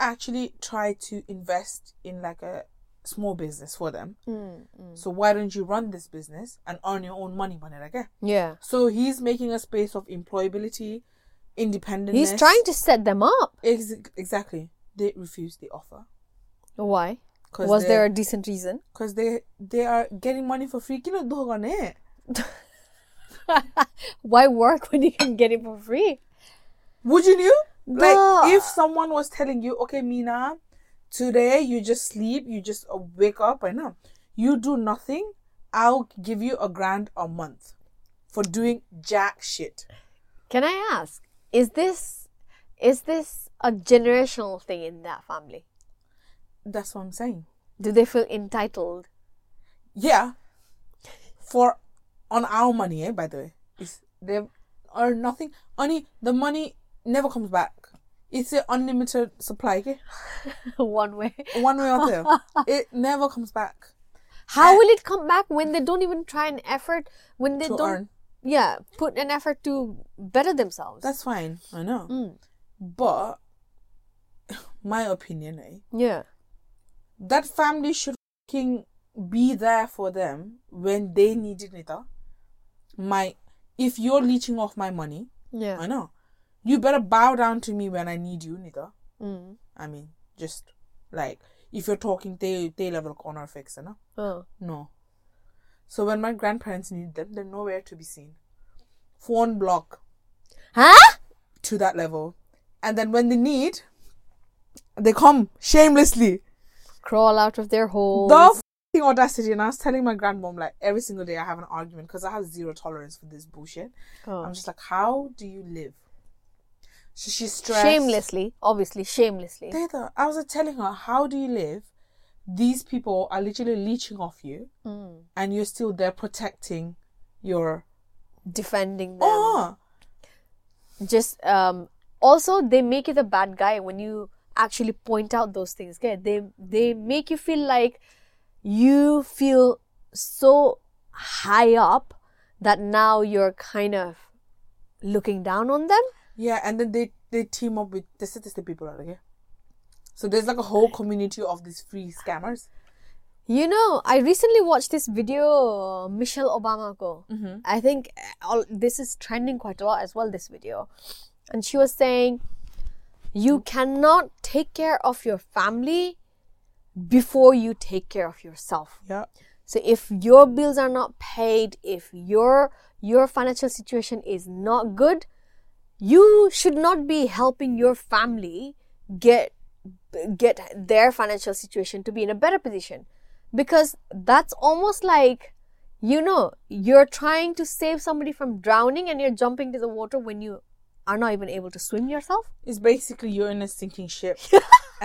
Speaker 2: actually tried to invest in like a small business for them
Speaker 1: Hmm.
Speaker 2: so why don't you run this business and earn your own money money again
Speaker 1: yeah.
Speaker 2: so he's making a space of employability independence
Speaker 1: He's trying to set them up.
Speaker 2: Ex- exactly they refuse the offer
Speaker 1: Why?
Speaker 2: 'Cause
Speaker 1: Was
Speaker 2: they-
Speaker 1: there a decent reason?
Speaker 2: because they they are getting money for free Kino doho ga ne?
Speaker 1: Why work when you can get it for free?
Speaker 2: would you knew like
Speaker 1: Duh.
Speaker 2: if someone was telling you okay mina today you just sleep you just uh, wake up and know you do nothing i'll give you a grand a month for doing jack shit
Speaker 1: Can I ask? Is this is this a generational thing in that family?
Speaker 2: that's what i'm saying
Speaker 1: Do they feel entitled?
Speaker 2: yeah for on our money eh, by the way it's, they've earned nothing only the money never comes back it's an unlimited supply okay?
Speaker 1: One way.
Speaker 2: one way or the other it never comes back
Speaker 1: How will it come back when they don't even try an effort when they
Speaker 2: To
Speaker 1: don't
Speaker 2: earn.
Speaker 1: yeah, put an effort to better themselves?
Speaker 2: That's fine. I know. But my opinion, eh?
Speaker 1: Yeah.
Speaker 2: That family should fucking be there for them when they needed it. ah. My, if you're leeching off my money,
Speaker 1: Yeah.
Speaker 2: I know. You better bow down to me when I need you, nigga.
Speaker 1: Mm.
Speaker 2: I mean, just like if you're talking they they level corner fix, you know?
Speaker 1: Oh.
Speaker 2: No. So when my grandparents need them, they're nowhere to be seen. Phone block
Speaker 1: Huh?
Speaker 2: to that level. And then when they need, they come shamelessly.
Speaker 1: Crawl out of their hole.
Speaker 2: The f***ing audacity. And I was telling my grandmom, like, every single day I have an argument because I have zero tolerance for this bullshit. I'm
Speaker 1: Oh.
Speaker 2: just like, how do you live? So she's stressed.
Speaker 1: Shamelessly, obviously, shamelessly.
Speaker 2: They thought- I was like, telling her, how do you live? These people are literally leeching off you,
Speaker 1: Mm.
Speaker 2: and you're still there protecting your.
Speaker 1: Defending them.
Speaker 2: Oh,
Speaker 1: just um also they make you the bad guy when you actually point out those things okay they they make you feel like you feel so high up that now you're kind of looking down on them
Speaker 2: yeah, and then they they team up with the statistic people, okay? So there's like a whole community of these free scammers.
Speaker 1: you know i recently watched this video uh, michelle obama go
Speaker 2: Mm-hmm.
Speaker 1: I think uh, all, this is trending quite a lot as well. This video, and she was saying, you cannot take care of your family before you take care of yourself.
Speaker 2: Yeah,
Speaker 1: So if your bills are not paid, if your your financial situation is not good, you should not be helping your family get get their financial situation to be in a better position because that's almost like you know you're trying to save somebody from drowning and you're jumping to the water when you are not even able to swim yourself
Speaker 2: it's basically you're in a sinking ship,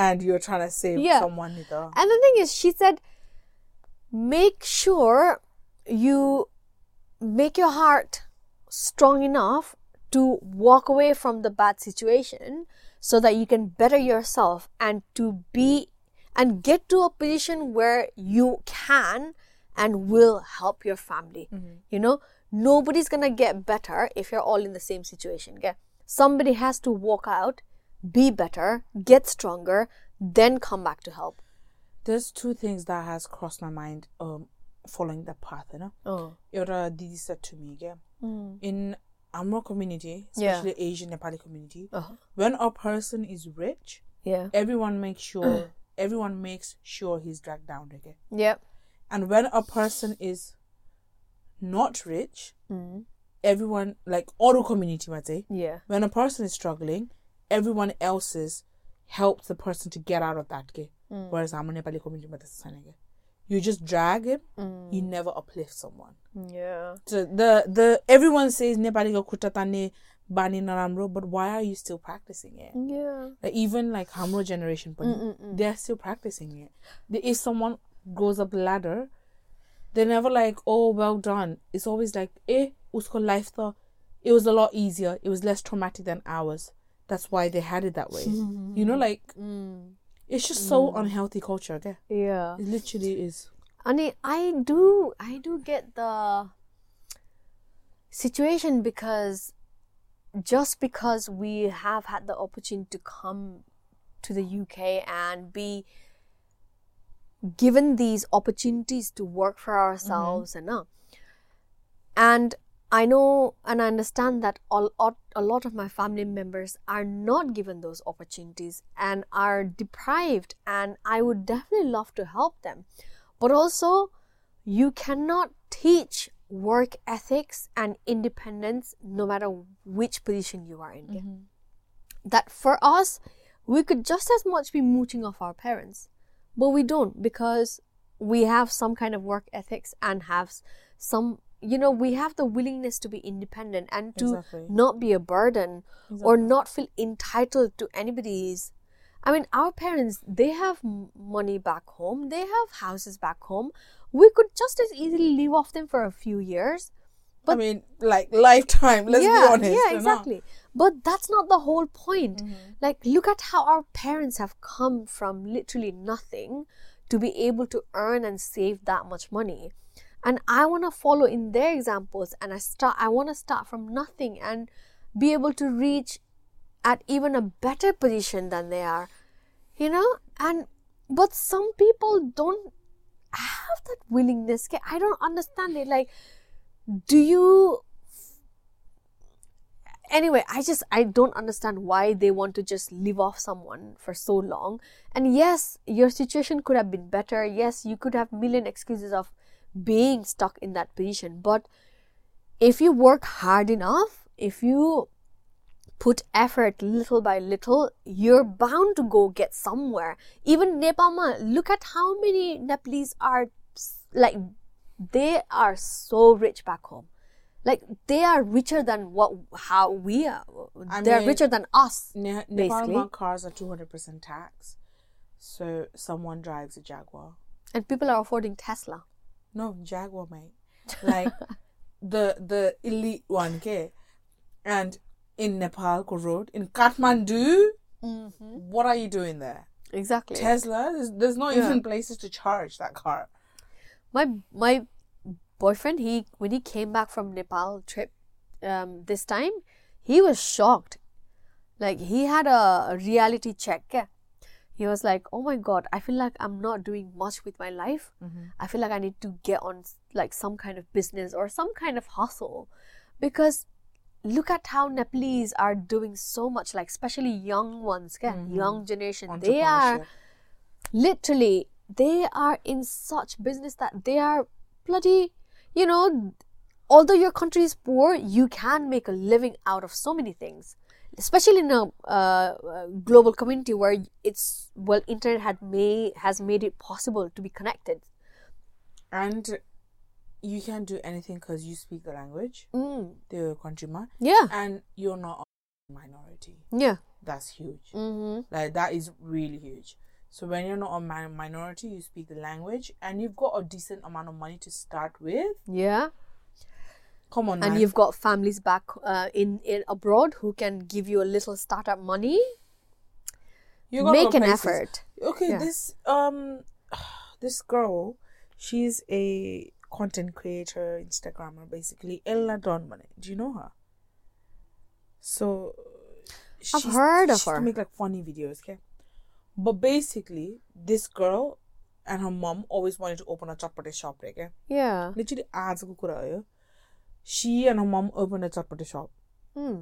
Speaker 2: and you're trying to save
Speaker 1: Yeah.
Speaker 2: someone. Either.
Speaker 1: And the thing is, she said, make sure you make your heart strong enough to walk away from the bad situation so that you can better yourself and to be and get to a position where you can and will help your family. You know, nobody's gonna get better if you're all in the same situation. Okay? Somebody has to walk out, be better, get stronger, then come back to help.
Speaker 2: There's two things that has crossed my mind um following that path, you know.
Speaker 1: Oh.
Speaker 2: Yora Didi said to me, yeah,
Speaker 1: Mm.
Speaker 2: in Amro community, especially Asian Nepali community,
Speaker 1: Uh-huh.
Speaker 2: when a person is rich,
Speaker 1: Yeah.
Speaker 2: everyone makes sure everyone makes sure he's dragged down again.
Speaker 1: Yep.
Speaker 2: And when a person is not rich, everyone like auto community might say,
Speaker 1: Yeah.
Speaker 2: when a person is struggling, everyone else's helps the person to get out of that gay. Whereas I'm a Nepali community, but that's again. You just drag him, you never uplift someone.
Speaker 1: Yeah.
Speaker 2: So the the everyone says Nepali ko kutatane bani naramro, but why are you still practicing it?
Speaker 1: Yeah.
Speaker 2: Like, even like Hamro generation, but
Speaker 1: Mm,
Speaker 2: they're still practicing it. They, if someone goes up the ladder, they're never like, oh, well done. It's always like, eh, usko life tha. It was a lot easier. It was less traumatic than ours. That's why they had it that way. you know, like
Speaker 1: Mm.
Speaker 2: it's just so unhealthy culture. Okay,
Speaker 1: Yeah.
Speaker 2: it literally is.
Speaker 1: I mean, I do, I do get the situation because just because we have had the opportunity to come to the UK and be given these opportunities to work for ourselves and uh, and I know and I understand that a lot, a lot of my family members are not given those opportunities and are deprived and I would definitely love to help them but also you cannot teach work ethics and independence no matter which position you are in that for us we could just as much be mooching off our parents but we don't because we have some kind of work ethics and have s- some you know we have the willingness to be independent and to
Speaker 2: Exactly.
Speaker 1: not be a burden or not feel entitled to anybody's i mean our parents they have m- money back home they have houses back home we could just as easily live off them for a few years
Speaker 2: I mean, like lifetime. Let's be honest. you
Speaker 1: yeah,
Speaker 2: know? Mm-hmm.
Speaker 1: exactly. But that's not the whole point. Like, look at how our parents have come from literally nothing to be able to earn and save that much money. And I want to follow in their examples, and I start. I want to start from nothing and be able to reach at even a better position than they are. you know and but some people don't have that willingness K, i don't understand it like do you anyway i just i don't understand why they want to just live off someone for so long and yes your situation could have been better yes you could have million excuses of being stuck in that position but if you work hard enough if you put effort little by little you're bound to go get somewhere even nepalma look at how many nepalese are like they are so rich back home like they are richer than what how we are
Speaker 2: I
Speaker 1: they're
Speaker 2: mean,
Speaker 1: richer than us
Speaker 2: Ne- Nepal
Speaker 1: Basically.
Speaker 2: among cars are 200% tax. So someone drives a Jaguar.
Speaker 1: and people are affording tesla
Speaker 2: No, Jaguar, mate. Like the the elite one, okay? And in Nepal, Ko Road, in Kathmandu,
Speaker 1: Mm-hmm.
Speaker 2: what are you doing there?
Speaker 1: exactly
Speaker 2: Tesla? There's, there's not even places to charge that car.
Speaker 1: my my boyfriend he when he came back from nepal trip um, this time he was shocked like he had a reality check eh? he was like oh my god i feel like i'm not doing much with my life i feel like i need to get on like some kind of business or some kind of hustle because look at how nepalese are doing so much like especially young ones eh? young generation they are
Speaker 2: Entrepreneurship.
Speaker 1: literally they are in such business that they are bloody you know although your country is poor you can make a living out of so many things especially in a uh, uh, global community where it's well internet had may has made it possible to be connected
Speaker 2: And you can't do anything because you speak the language,
Speaker 1: mm.
Speaker 2: the countryman,
Speaker 1: yeah
Speaker 2: and you're not a minority.
Speaker 1: yeah
Speaker 2: That's huge.
Speaker 1: mm-hmm.
Speaker 2: Like that is really huge. So when you're not a min- minority, you speak the language, and you've got a decent amount of money to start with.
Speaker 1: yeah
Speaker 2: Come on,
Speaker 1: and
Speaker 2: man.
Speaker 1: you've got families back uh, in in abroad who can give you a little startup money
Speaker 2: you got
Speaker 1: make
Speaker 2: other
Speaker 1: an
Speaker 2: places.
Speaker 1: effort
Speaker 2: Okay,
Speaker 1: Yeah.
Speaker 2: this um, this girl, she's a content creator, Instagrammer, basically. Ella Donmane. Do you know her? So, she's,
Speaker 1: heard of
Speaker 2: she used to
Speaker 1: her.
Speaker 2: Make like funny videos, okay? But basically, this girl and her mom always wanted to open a chocolate shop, okay?
Speaker 1: yeah
Speaker 2: literally आजको कुरा हो यो she and her mom opened a chapati shop
Speaker 1: mm.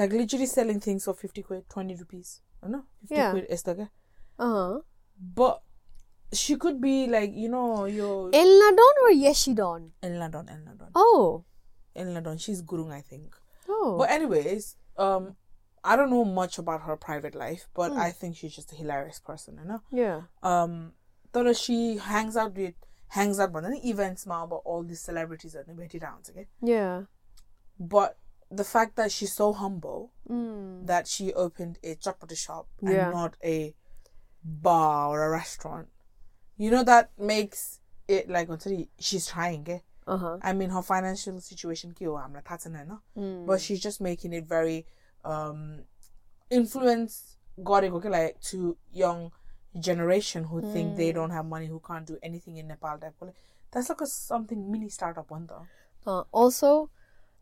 Speaker 2: like literally selling things for 50 quid 20 rupees I know 50
Speaker 1: Yeah.
Speaker 2: quid यस्तो क्या
Speaker 1: uh-huh
Speaker 2: but she could be like you know your
Speaker 1: Eh. Elnadon or Yeshidon?
Speaker 2: in London in London
Speaker 1: Oh.
Speaker 2: in London she's Gurung I think
Speaker 1: Oh.
Speaker 2: but anyways um I don't know much about her private life but I think she's just a hilarious person you know
Speaker 1: yeah.
Speaker 2: um तर she hangs out with hangs out भन्दा नि इभेन्ट्समा अब all these celebrities अनि भेटिरहन्छ क्या
Speaker 1: Yeah.
Speaker 2: but the fact that she's so humble
Speaker 1: Mm.
Speaker 2: that she opened a chapati shop
Speaker 1: Yeah.
Speaker 2: and not a bar or a restaurant. You know that makes it like until she's trying, eh?
Speaker 1: Uh huh.
Speaker 2: I mean her financial situation kyo I'm like that's no.
Speaker 1: Mm.
Speaker 2: But she's just making it very um influence got okay, like to young generation who think
Speaker 1: Mm.
Speaker 2: they don't have money, who can't do anything in Nepal type. of- That's like a something mini startup one though.
Speaker 1: Uh, also,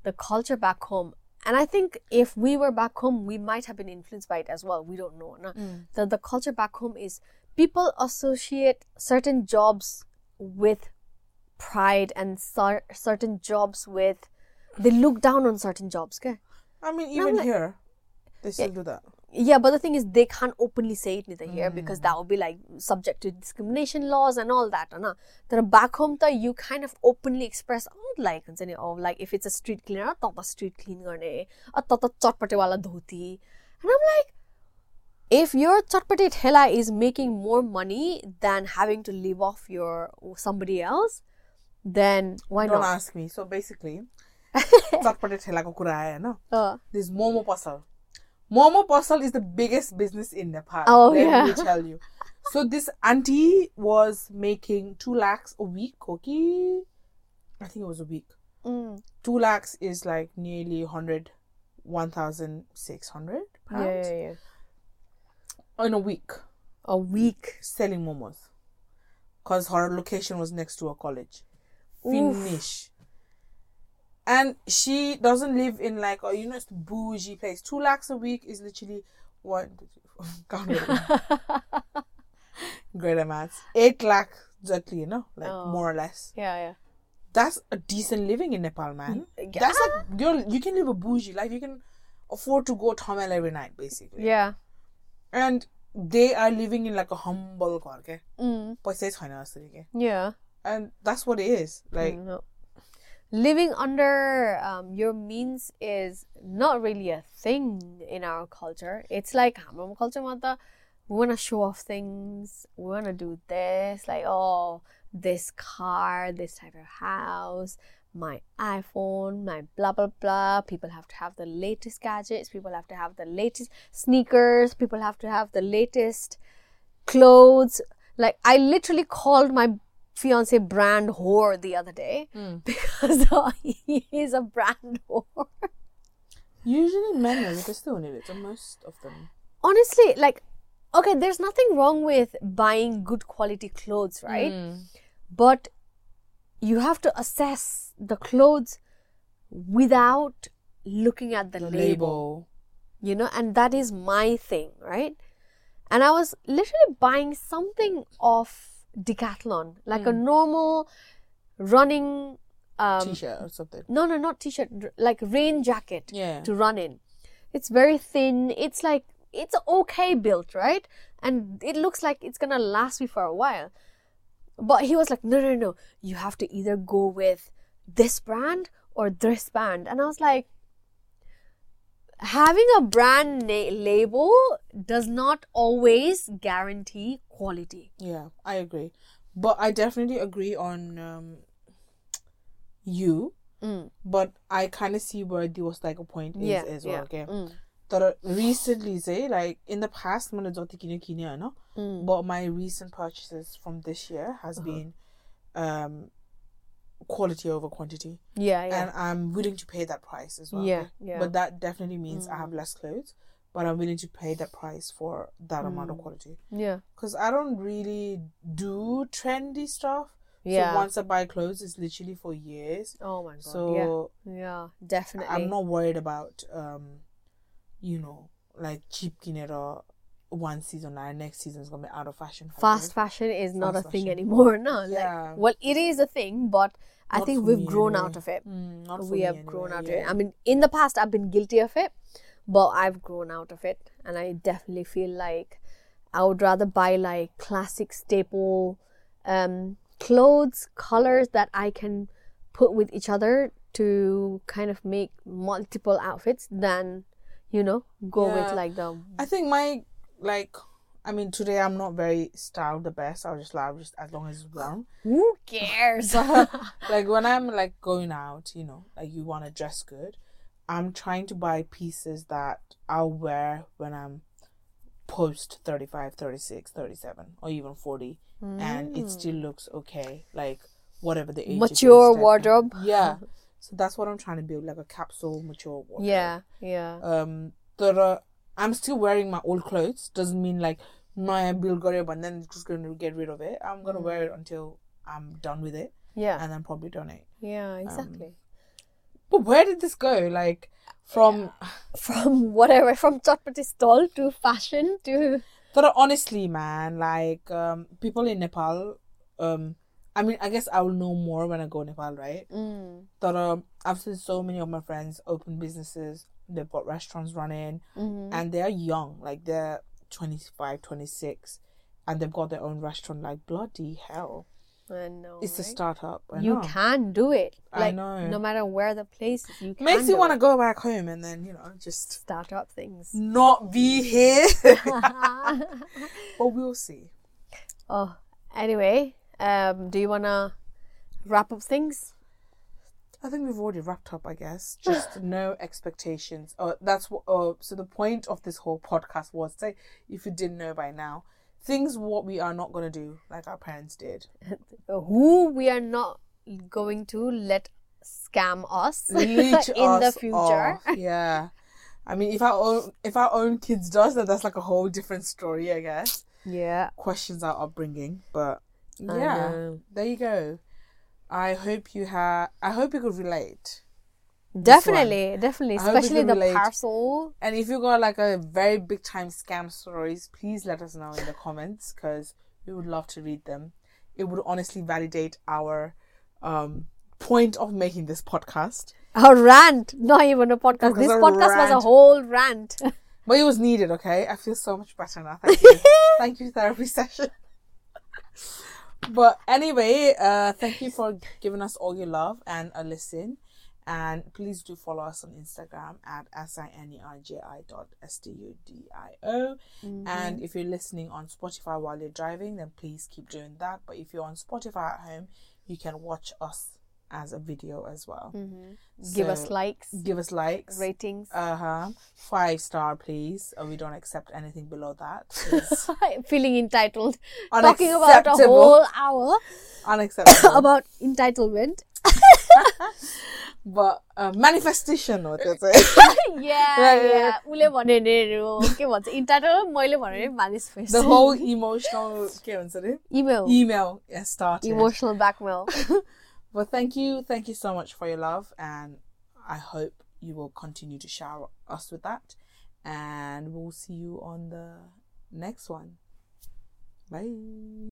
Speaker 1: the culture back home. And I think if we were back home, we might have been influenced by it as well. We don't know. No? The, the culture back home is people associate certain jobs with pride and cer- certain jobs with. They look down on certain jobs. Okay?
Speaker 2: I mean even
Speaker 1: like-
Speaker 2: here they still do that.
Speaker 1: Yeah, but the thing is, they can't openly say it neither here because that would be like subject to discrimination laws and all that. Na? Then back home, ta, you kind of openly express, oh, like, हुन्छ नि, oh, like if it's a street cleaner, ta ta street clean गर्ने, ah, ta ta chotpate wala dhoti. And I'm like, if your chotpate thela is making more money than having to live off your somebody else, then why
Speaker 2: Don't
Speaker 1: not?
Speaker 2: ask me. So basically, चटपटे ठेलाको कुरा आयो होइन
Speaker 1: Uh,
Speaker 2: this momo पसल मोमो पसल is the biggest business in Nepal
Speaker 1: Oh,
Speaker 2: let
Speaker 1: yeah.
Speaker 2: me tell you so this auntie was making 2 lakhs a week okay i think it was a week
Speaker 1: mm,
Speaker 2: 2 lakhs is like nearly 100 1600
Speaker 1: yeah,
Speaker 2: pounds
Speaker 1: yeah, yeah.
Speaker 2: in a week
Speaker 1: A week.
Speaker 2: selling momos because her location was next to a college.
Speaker 1: Oof.
Speaker 2: Finish. And she doesn't live in like a you know it's bougie place. Two lakhs a week is literally one. two, three, four, count it. great amounts. Eight lakh exactly, you know, like
Speaker 1: Oh.
Speaker 2: more or less.
Speaker 1: Yeah,
Speaker 2: That's a decent living in Nepal, man.
Speaker 1: Mm. yeah.
Speaker 2: That's like you you can live a bougie life. You can afford to go Tamil every night, basically.
Speaker 1: yeah.
Speaker 2: And they are living in like a humble ghar के
Speaker 1: Mm,
Speaker 2: पैसै छैन जसरी के
Speaker 1: yeah.
Speaker 2: and that's what it is like
Speaker 1: No. Mm, Living under um, your means is not really a thing in our culture. It's like हाम्रो culture mata we want to show off things. We want to do this, like oh, this car, this type of house, my iPhone, my blah blah blah. People have to have the latest gadgets. People have to have the latest sneakers. People have to have the latest clothes. Like I literally called my fiance brand whore the other day because he is a brand whore.
Speaker 2: usually men are त्यस्तै हुने रहेछ most of them
Speaker 1: Honestly, like okay, there's nothing wrong with buying good quality clothes, right? But you have to assess the clothes without looking at the,
Speaker 2: the
Speaker 1: label.
Speaker 2: label
Speaker 1: you know and that is my thing right and i was literally buying something off decathlon like a normal running um
Speaker 2: t-shirt or something
Speaker 1: no no not t-shirt r- like rain jacket
Speaker 2: Yeah.
Speaker 1: to run in it's very thin it's like it's okay built right and it looks like it's gonna last me for a while but he was like no no no you have to either go with this brand or this brand and i was like having a brand na- label does not always guarantee quality
Speaker 2: Yeah, I agree. But I definitely agree on um, you. But I kind of see where there was like a point Mm. is
Speaker 1: Yeah,
Speaker 2: as well.
Speaker 1: yeah. Mm.
Speaker 2: Okay. That recently, say like in the past, मैले जति किन्यो किन्यो होइन?
Speaker 1: Mm.
Speaker 2: But my recent purchases from this year has
Speaker 1: Uh-huh.
Speaker 2: been um, quality over quantity,
Speaker 1: yeah yeah
Speaker 2: and I'm willing to pay that price as well.
Speaker 1: Yeah,
Speaker 2: okay?
Speaker 1: yeah. Mm.
Speaker 2: But that definitely means I have less clothes, but I'm willing to pay that price for that amount
Speaker 1: Mm.
Speaker 2: of quality
Speaker 1: yeah
Speaker 2: because I don't really do trendy stuff.
Speaker 1: Yeah.
Speaker 2: So once I buy clothes, it's literally for years.
Speaker 1: oh my god
Speaker 2: So
Speaker 1: yeah yeah definitely
Speaker 2: I'm not worried about, um, you know, like cheap kinera one season and next season's gonna be out of fashion. for
Speaker 1: fast
Speaker 2: me.
Speaker 1: fashion is not
Speaker 2: Fast
Speaker 1: a thing
Speaker 2: fashion.
Speaker 1: anymore now.
Speaker 2: Yeah.
Speaker 1: Like, well, it is a thing, but I
Speaker 2: Not
Speaker 1: think
Speaker 2: for
Speaker 1: we've
Speaker 2: me
Speaker 1: grown
Speaker 2: anyway.
Speaker 1: out of it.
Speaker 2: Mm, not for
Speaker 1: we
Speaker 2: me
Speaker 1: have
Speaker 2: anyway,
Speaker 1: grown out of it.
Speaker 2: yeah.
Speaker 1: I mean, in the past, I've been guilty of it, but I've grown out of it, and I definitely feel like I would rather buy like classic staple um, clothes, colors that I can put with each other to kind of make multiple outfits than you know go with
Speaker 2: Yeah.
Speaker 1: like the
Speaker 2: I think my like. I mean, today I'm not very style the best. I'll just love just as long as it's warm.
Speaker 1: who cares
Speaker 2: like when I'm like going out, you know, like you want to dress good, I'm trying to buy pieces that I'll wear when I'm post 35, 36, 37 or even 40 and
Speaker 1: Hmm.
Speaker 2: it still looks okay. Like whatever the age it is,
Speaker 1: Mature
Speaker 2: type thing.
Speaker 1: wardrobe.
Speaker 2: Yeah. So that's what I'm trying to build like a capsule mature wardrobe.
Speaker 1: yeah yeah
Speaker 2: Um there are, I'm still wearing my old clothes doesn't mean like no I build it but then just going to get rid of it. I'm going to wear it until I'm done with it
Speaker 1: yeah
Speaker 2: and um, then probably donate.
Speaker 1: Yeah, exactly.
Speaker 2: But where did this go? Like from
Speaker 1: from whatever, from chotpati stall to fashion to
Speaker 2: but honestly, man, like um, people in Nepal, um, I mean, I guess I will know more when I go Nepal, right?
Speaker 1: mm,
Speaker 2: But um, I've seen so many of my friends open businesses. They've got restaurants running,
Speaker 1: Mm-hmm.
Speaker 2: and they're young, like they're 25, 26, and they've got their own restaurant. Like bloody hell,
Speaker 1: I know.
Speaker 2: it's a
Speaker 1: right?
Speaker 2: startup. I
Speaker 1: You
Speaker 2: know.
Speaker 1: can do it.
Speaker 2: I
Speaker 1: Like
Speaker 2: know.
Speaker 1: no matter where the place is, you can
Speaker 2: Makes you
Speaker 1: do
Speaker 2: want
Speaker 1: it.
Speaker 2: to go back home and then you know just
Speaker 1: start up things.
Speaker 2: not be here. but we'll see.
Speaker 1: oh, anyway, um, do you wanna wrap up things?
Speaker 2: I think we've already wrapped up, I guess. Just no expectations. Uh, that's what. Uh, so the point of this whole podcast was say, if you didn't know by now, things what we are not gonna do like our parents did.
Speaker 1: Uh, Who we are not going to let scam us
Speaker 2: Leech
Speaker 1: in the
Speaker 2: us
Speaker 1: future.
Speaker 2: off. Yeah. I mean, if our own if our own kids does that, that's like a whole different story, I guess.
Speaker 1: Yeah.
Speaker 2: Questions our upbringing, but
Speaker 1: I
Speaker 2: yeah,
Speaker 1: know.
Speaker 2: there you go. I hope you have. I hope you could relate.
Speaker 1: Definitely, definitely.
Speaker 2: I hope you
Speaker 1: Especially
Speaker 2: can
Speaker 1: the
Speaker 2: relate.
Speaker 1: parcel.
Speaker 2: And if you got like a very big time scam stories, please let us know in the comments because We would love to read them. It would honestly validate our um, point of making this podcast.
Speaker 1: A rant, not even a podcast.
Speaker 2: was
Speaker 1: This
Speaker 2: a
Speaker 1: podcast was a
Speaker 2: rant.
Speaker 1: whole rant.
Speaker 2: But it was needed, okay? I feel so much better now. Thank you. thank you, therapy session. but anyway, uh, thank you for giving us all your love and a listen. And please do follow us on Instagram at E S-I-N-E-R-J-I dot S-T-U-D-I-O.
Speaker 1: Mm-hmm.
Speaker 2: And if you're listening on Spotify while you're driving, then please keep doing that. But if you're on Spotify at home, you can watch us as a video as well.
Speaker 1: Mm-hmm. Give us
Speaker 2: So,
Speaker 1: likes,
Speaker 2: Give us likes.
Speaker 1: ratings.
Speaker 2: Uh huh. Five star, please. Oh, we don't accept anything below that. It's
Speaker 1: Feeling entitled. Talking about a
Speaker 2: Unacceptable.
Speaker 1: whole hour
Speaker 2: unacceptable.
Speaker 1: about entitlement.
Speaker 2: but uh, manifestation, what is it?
Speaker 1: yeah,
Speaker 2: Right,
Speaker 1: yeah. उसले भन्यो भने हेरौँ। के भन्छ entitle मैले भने
Speaker 2: the
Speaker 1: मानिस
Speaker 2: whole E- emotional के भन्छ अरे?
Speaker 1: Email
Speaker 2: email has started.
Speaker 1: Emotional blackmail
Speaker 2: Well, thank you, thank you so much for your love, and I hope you will continue to shower us with that. And we'll see you on the next one. Bye.